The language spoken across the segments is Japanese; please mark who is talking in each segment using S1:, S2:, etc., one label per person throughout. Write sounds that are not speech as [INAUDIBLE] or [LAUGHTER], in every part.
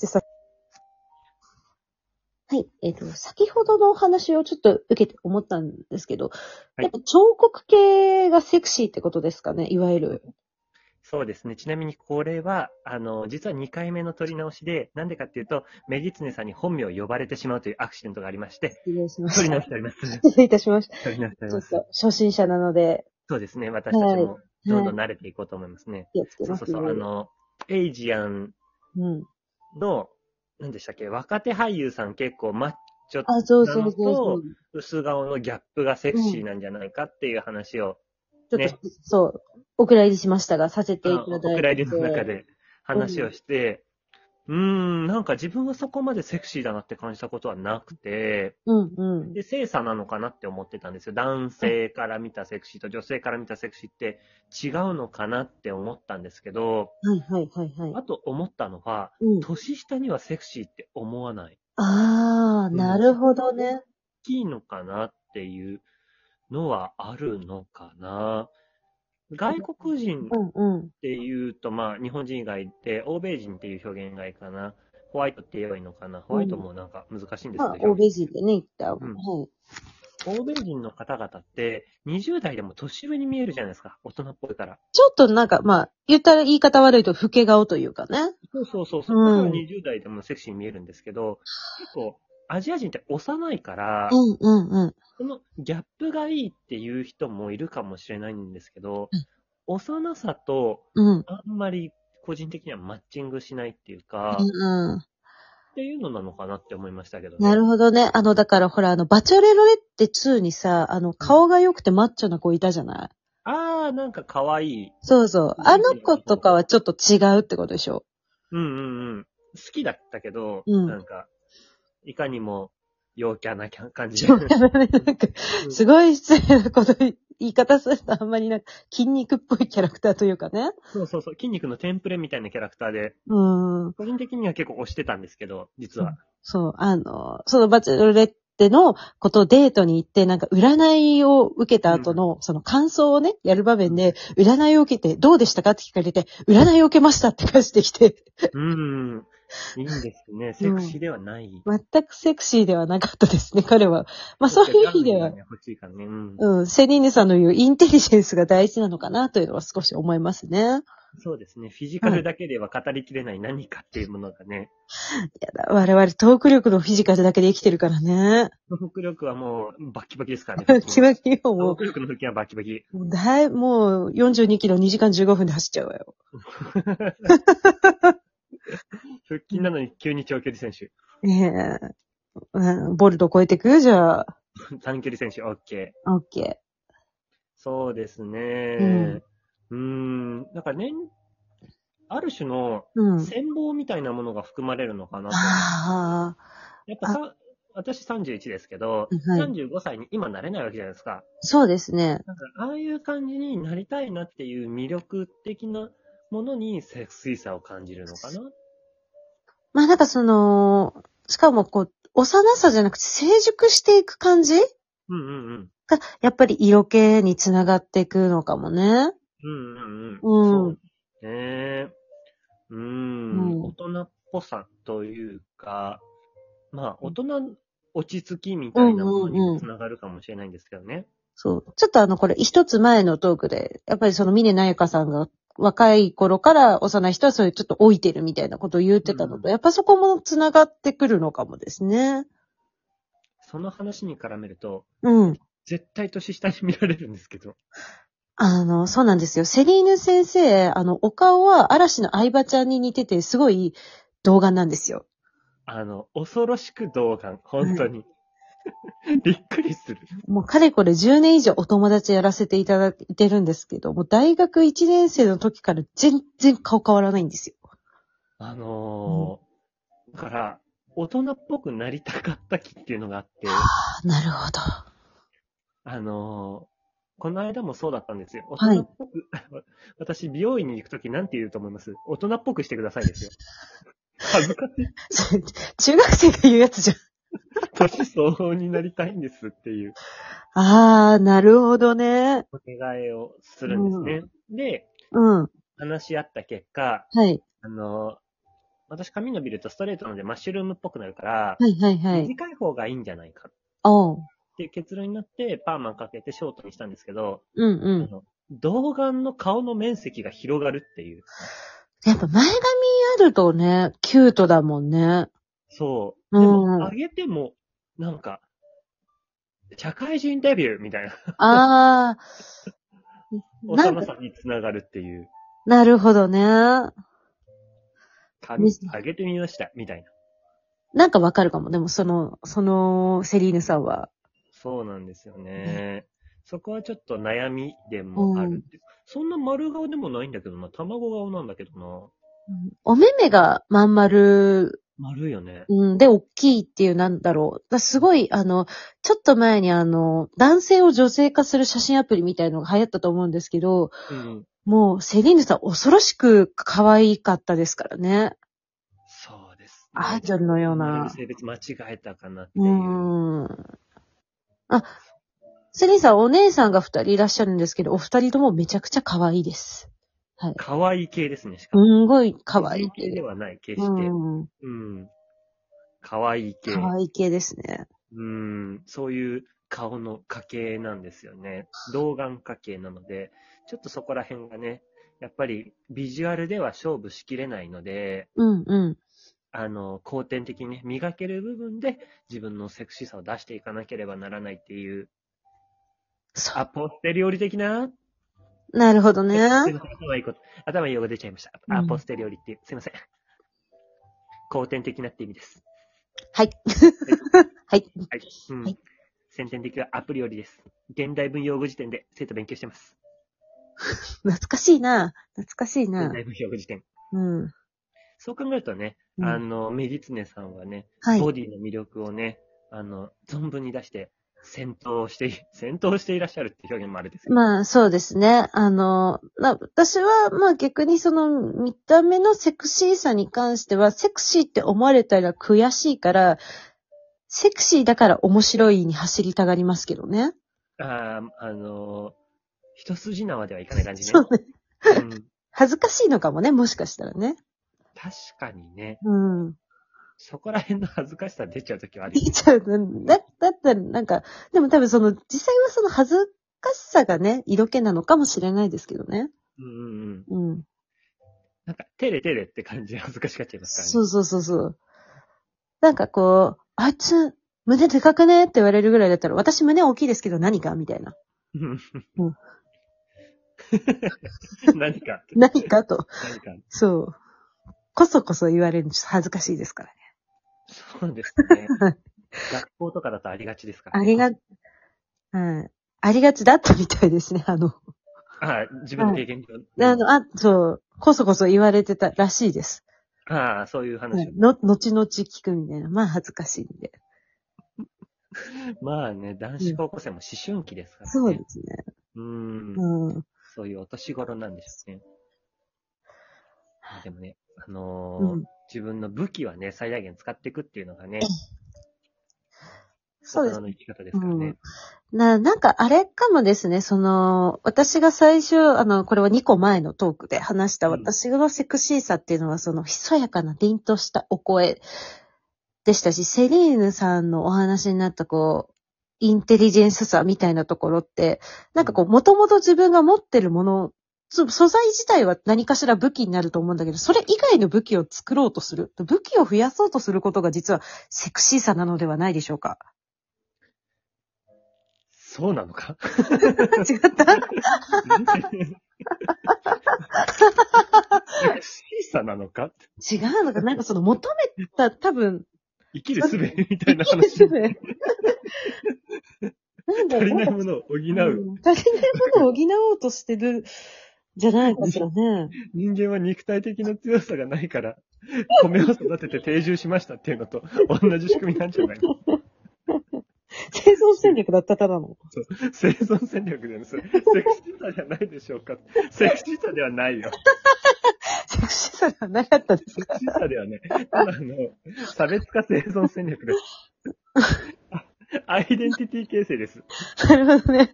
S1: でさ、
S2: はい。えっ、と、先ほどのお話をちょっと受けて思ったんですけど、
S1: い
S2: やっぱ彫刻系がセクシーってことですかね、いわゆる。
S1: そうですね。ちなみにこれは、あの、実は2回目の撮り直しで、なんでかっていうと、メギツネさんに本名を呼ばれてしまうというアクシデントがありまして、 [LAUGHS]
S2: 失礼しま
S1: 撮り
S2: した。
S1: 直しております。
S2: 失礼いたしました。
S1: 撮り直しており
S2: ちょ
S1: ま
S2: っ
S1: す。
S2: と初心者なので、
S1: そうですね。私たちもどんどん慣れていこうと思いますね。
S2: 気をつけ
S1: そ
S2: ま
S1: う
S2: す、
S1: そ
S2: ね。
S1: うそう。あの、エイジアン
S2: うん。
S1: の、何でしたっけ、若手俳優さん結構マッチョ
S2: あ、そうそうそうそう。
S1: 薄顔のギャップがセクシーなんじゃないかっていう話を、
S2: ちょっと、そう、お蔵入りしましたが、させていただいて。
S1: お蔵入りの中。で話をして、うーん、なんか自分はそこまでセクシーだなって感じたことはなくて、
S2: うんうん。
S1: で、性差なのかなって思ってたんですよ。男性から見たセクシーと女性から見たセクシーって違うのかなって思ったんですけど、
S2: はいはいはいは
S1: あ
S2: い。
S1: と思ったのは、
S2: うん。
S1: 年下にはセクシーって思わない。
S2: あー、なるほどね。
S1: 大きいのかなっていうのはあるのかな。外国人
S2: うんうん。
S1: っていうと、まあ、日本人以外で、欧米人っていう表現外かな。ホワイトって言えばいいのかな。ホワイトもなんか難しいんです
S2: まあ
S1: け、ど、
S2: 欧米人でね、言った。は
S1: うん
S2: い。
S1: 欧米人の方々って、20代でも年上に見えるじゃないですか。大人っぽいから。
S2: ちょっとなんか、まあ、言ったら言い方悪いと、老け顔というかね。
S1: そうそうそう。
S2: うん
S1: だから20代でもセクシーに見えるんですけど、結構、アジア人って幼いから、
S2: うんうんうん。
S1: そのギャップがいいっていう人もいるかもしれないんですけど、幼さと
S2: うん。
S1: あんまり個人的にはマッチングしないっていうか、っ
S2: うん、
S1: ていうのなのかなって思いましたけどね。
S2: なるほどね。あの、だからほら、あの、バチョレロレッテ2にさ、あの、顔が良くてマッチョな子いたじゃない
S1: あー、なんか可愛い。
S2: そうそう。あの子とかはちょっと違うってことでしょ
S1: うんうんうん。好きだったけど、
S2: うん
S1: なんか、いかにも陽キャな感じ。
S2: そうだねなんか、すごい失礼なこと言い、言い方するとあんまりなんか、筋肉っぽいキャラクターというかね。
S1: そうそうそう。筋肉のテンプレみたいなキャラクターで、
S2: うーん。
S1: 個人的には結構推してたんですけど、実は。
S2: そう、あの、そのバチェロレッテのことをデートに行って、なんか占いを受けた後の、その感想をね、やる場面で、占いを受けて、どうでしたかって聞かれて、占いを受けましたって返してきて、 [LAUGHS]
S1: うん。いいんですね。セクシーではない。
S2: 全くセクシーではなかったですね、彼は。まあそういう意味では、
S1: 欲しいからね。うん。
S2: うん、セリーヌさんの言うインテリジェンスが大事なのかなというのは少し思いますね。
S1: そうですね。フィジカルだけでは語りきれない何かっていうものがね。
S2: やだ、我々トーク力のフィジカルだけで生きてるからね。
S1: トーク力はもうバッキバキですから
S2: [LAUGHS]
S1: ね。
S2: 気分気分
S1: トー
S2: も
S1: ク力の腹筋はバッキバキ。
S2: う、だい、もう42キロ2時間15分で走っちゃうわよ。
S1: 腹筋なのに急に長距離選手。
S2: ねえ。うん、ボルト超えてくじゃあ。
S1: 短距離選手、OK。
S2: オッケ
S1: そうです
S2: うん
S1: ね。うーん。なんかね、ある種の
S2: ー。うん。
S1: 戦望みたいなものが含まれるのかなと。
S2: ああ、
S1: やっぱさ、私31ですけど、
S2: はい
S1: 35歳に今なれないわけじゃないですか。
S2: そうですね。
S1: なんか、ああいう感じになりたいなっていう魅力的なものにセクシーさを感じるのかな。
S2: まあなんかその、しかもこう、幼さじゃなくて成熟していく感じ
S1: うんうんうん。
S2: が、やっぱり色気につながっていくのかもね。
S1: うんうんうん。
S2: うん
S1: そうねえ。う
S2: う
S1: ー
S2: ん
S1: ん。大人っぽさというか、まあ、大人落ち着きみたいなものに
S2: うんうんうん
S1: もつながるかもしれないんですけどね。
S2: そう。ちょっとあの、これ一つ前のトークで、やっぱりその峰那由香さんが若い頃から幼い人はそういうちょっと老いてるみたいなことを言ってたのと、
S1: うん
S2: やっぱそこもつながってくるのかもですね。
S1: その話に絡めると、
S2: うん。
S1: 絶対年下に見られるんですけど。
S2: あの、そうなんですよ。セリーヌ先生、あの、お顔は嵐の相葉ちゃんに似てて、すごい動画なんですよ。
S1: あの、恐ろしく童顔。本当に。 [LAUGHS] びっくりする。
S2: もうかれこれ10年以上お友達やらせていただいてるんですけど、もう大学1年生の時から全然顔変わらないんですよ。
S1: あのーだから、大人っぽくなりたかった気っていうのがあって、
S2: あなるほど。
S1: あのーこの間もそうだったんですよ。
S2: は
S1: 大
S2: い
S1: 人っぽく、私、美容院に行くときなんて言うと思います大人っぽくしてくださいですよ。 [LAUGHS] 恥ずかしい。
S2: それ中学生が言うやつじゃん。
S1: 年相応になりたいんですっていう
S2: ああ、なるほどね。
S1: お願いをするんですね。で、
S2: うん。は
S1: 話し合った結果、
S2: い。
S1: あのー私髪伸びるとストレートなのでマッシュルームっぽくなるから、
S2: はいはいはい。
S1: 短い方がいいんじゃないかっ
S2: おう。
S1: ていう結論になって、パーマンかけてショートにしたんですけど、
S2: うんう
S1: あ
S2: ん。
S1: の童顔の顔の面積が広がるっていう。
S2: やっぱ前髪あるとね、キュートだもんね。
S1: そう。でも
S2: うん、
S1: 上げても、なんか、社会人デビューみたいな、
S2: あ [LAUGHS] ー。なん
S1: 幼
S2: か、
S1: さにつながるっていう。
S2: なるほどね。
S1: 髪
S2: ですね
S1: 上げてみました、みたいな。
S2: なんかわかるかも。でもその、その、セリーヌさんは。
S1: そうなんですよね。そこはちょっと悩みでもあるっていう。そんな丸顔でもないんだけどな。卵顔なんだけどな。
S2: うんお目目がまん丸、
S1: 丸いよね。
S2: うん、で、大きいっていう、なんだろう。だすごい、あの、ちょっと前にあの、男性を女性化する写真アプリみたいのが流行ったと思うんですけど、
S1: うん。
S2: もう、セリーヌさん恐ろしく可愛かったですからね。
S1: そうです、ね。
S2: アイドルのよう
S1: 生まれる
S2: な。
S1: 性別間違えたかなっていう
S2: ん。
S1: う。
S2: あ、セリーヌさん、お姉さんが二人いらっしゃるんですけど、お二人ともめちゃくちゃ可愛いです。
S1: 可愛い系ですね、しか
S2: す
S1: も。
S2: んごい可愛い
S1: 美人系ではない、決
S2: う
S1: して。
S2: ん。
S1: うん。可愛い系。
S2: 可愛い系ですね。
S1: うん、そういう顔の家系なんですよね。童顔家系なので、ちょっとそこら辺がね、やっぱりビジュアルでは勝負しきれないので、
S2: うんうん。
S1: あの、後天的にね、磨ける部分で自分のセクシーさを出していかなければならないっていう、
S2: そ
S1: アポステリオリ的な、
S2: う。なるほど
S1: すい
S2: ね。
S1: ません頭いいこと頭いいこと出ちゃいました。
S2: うん
S1: アポステリオリっていう、すいません。後天的なって意味です。
S2: [LAUGHS] はい。はい。
S1: はい。うん。
S2: はい
S1: 先天的はアプリよりです。現代文用語辞典で生徒勉強してます。
S2: 懐かしいな。懐かしいな
S1: 現。代文用語辞典。
S2: うん。
S1: そう考えるとね、
S2: うん
S1: あの、メギツネさんはね、
S2: はい。
S1: ボディの魅力をね、あの、存分に出して、戦闘してい、 [LAUGHS] 戦闘していらっしゃるって表現もあるんですけど。
S2: まあ、そうですね。あの、まあ私は、まあ逆にその、見た目のセクシーさに関しては、セクシーって思われたら悔しいから、セクシーだから面白いに走りたがりますけどね。
S1: あーあの、一筋縄ではいかない感じね。
S2: そうね。
S1: うん、確
S2: 恥ずかしいのかもね、もしかしたらね。
S1: かにね、
S2: うん。
S1: そこら辺の恥ずかしさ出ちゃうときはある
S2: で
S1: よ
S2: きちゃうの。だ、だったら、なんか、でも多分その、実際はその恥ずかしさがね、色気なのかもしれないですけどね。
S1: うんうんうん。
S2: うん。
S1: なんか、照れ照れって感じで恥ずかしがっちゃいますからね。 [LAUGHS]
S2: そうそうそうそう。なんかこう、あいつ、胸でかくねって言われるぐらいだったら、私胸大きいですけど何かみたいな。
S1: うん
S2: うん
S1: 何か、
S2: 何かと。
S1: 何か。
S2: そう。こそこそ言われるのちょっと恥ずかしいですからね。
S1: そうですね
S2: はい。
S1: 学校とかだとありがちですから、
S2: ありが、うん。ありがちだったみたいですね、あの。
S1: あ自分の経験上。
S2: あの、あ、そう、こそこそ言われてたらしいです。
S1: ああ、そういう
S2: は
S1: 話
S2: い。の、後々聞くみたいな。まあ恥ずかしいんで。
S1: まあね、男子高校生も思春期ですからね。
S2: そうですね。
S1: うん。
S2: うん。
S1: そういうお年頃なんでしょうね。まあでもね、あのー
S2: うん
S1: 自分の武器はね、最大限使っていくっていうのがね、
S2: そう
S1: 大
S2: です
S1: 人の生き方ですからね。
S2: な、なんかあれかもですね、その、私が最初、あの、これは2個前のトークで話した
S1: うん
S2: 私のセクシーさっていうのは、その、ひそやかな凛としたお声でしたし、セリーヌさんのお話になった、こう、インテリジェンスさみたいなところって、なんかこう、もともと自分が持ってるもの、そ素材自体は何かしら武器になると思うんだけど、それ以外の武器を作ろうとする。武器を増やそうとすることが実はセクシーさなのではないでしょう
S1: [LAUGHS]
S2: か。
S1: そうなの
S2: [LAUGHS]
S1: か [LAUGHS]
S2: 違った
S1: セクシーさなのか
S2: 違うのか、なんかその求めた、多分、
S1: 生きる術みたいな話。
S2: すぐ。
S1: [LAUGHS]
S2: なんだ
S1: 足
S2: ろ
S1: り
S2: う、
S1: な
S2: な
S1: い
S2: んか
S1: ものを補う。
S2: うん足りないものを補おうとしてる、じゃないかしらね。
S1: 人間は肉体的な強さがないから、 [LAUGHS] 米を育てて定住しましたっていうのと同じ仕組みなん
S2: [LAUGHS]
S1: じゃないの
S2: 生存戦略だったただの。
S1: 生存戦略でそれ。セクシーさじゃないでしょうかセクシーさではないよ。
S2: セクシーさがなかったです
S1: セ
S2: か
S1: クシーさではね、ただの、差別化生存戦略です。あアイデンティティ形成です。
S2: なるほどね。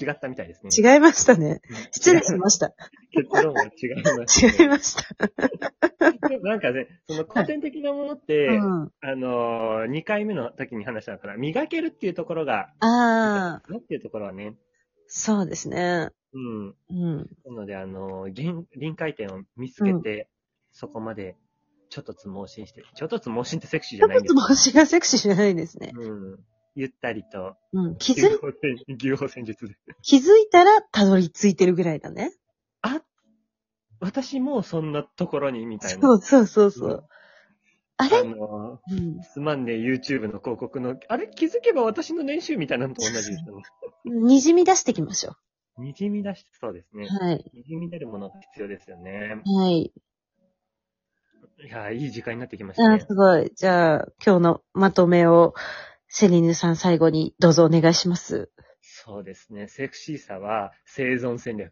S1: 違ったみたいですね。
S2: 違いましたね。失礼しました。
S1: 結論は違いまし
S2: 違いました。
S1: た。でもなんかね、その古典的なものって、
S2: うん。
S1: あのー、2回目の時に話したから、磨けるっていうところが、
S2: ああ、
S1: なっていうところはね、
S2: そうですね。
S1: うん。
S2: うん。
S1: なので、あのー、限臨界点を見つけて、そこまで、ちょっとつ盲信して、ちょっとつ盲信ってセクシーじ
S2: ちょ
S1: ゃない
S2: っ
S1: んで
S2: と
S1: す
S2: 帽子がセクシーじゃないですね。
S1: うん。ゆったりと、
S2: うん。気
S1: 牛 [LAUGHS]
S2: づい、
S1: 歩戦牛歩戦術で。
S2: 気づいたらたどり着いてるぐらいだね。
S1: あ私もうそんなところに、みたいな。
S2: そうそうそうそう。あ
S1: あ
S2: れ
S1: のー、
S2: うん。
S1: すまんね、YouTube の広告の、あれ気づけば私の年収みたいなのと同じですよね。
S2: にじみ出していきましょ
S1: にじみ出してそうですね。
S2: う。はい。
S1: にじみ出るものが必要ですよね。
S2: はい。
S1: いやー、いい時間になってきまし
S2: あ
S1: た
S2: ー
S1: ね
S2: す。ごい。じゃあ、今日のまとめを、セリヌさん最後にどうぞお願いします。
S1: そうですね。セクシーさは生存戦 [LAUGHS] 略。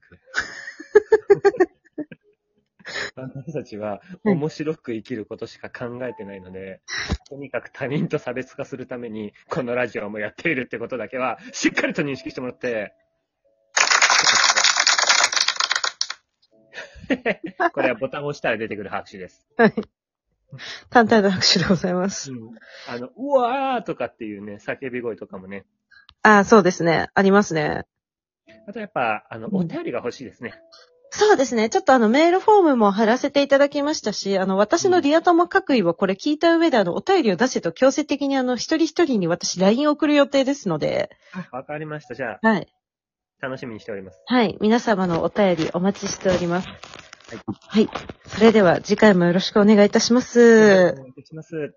S1: 私たちは面白く生きることしか考えてないので、とにかく他人と差別化するために、このラジオもやっているってことだけは、しっかりと認識してもら [LAUGHS] って、これはボタンを押したら出てくる拍手です。
S2: 簡単な拍手でございます。
S1: あの、うわーとかっていうね、叫び声とかもね。
S2: ああ、そうですね。ありますね。
S1: あとやっぱ、あの、お便りが欲しいですね。
S2: そうですね。ちょっとあのメールフォームも貼らせていただきましたし、あの私のリア友各位はこれ聞いた上であのお便りを出せと強制的にあの一人一人に私 LINE を送る予定ですので、
S1: わかりました。じゃあ、
S2: はい。
S1: 楽しみにしております。
S2: はい。皆様のお便りお待ちしております。はい。それでは次回もよろしくお願いいたしま
S1: お
S2: す。
S1: 願いします。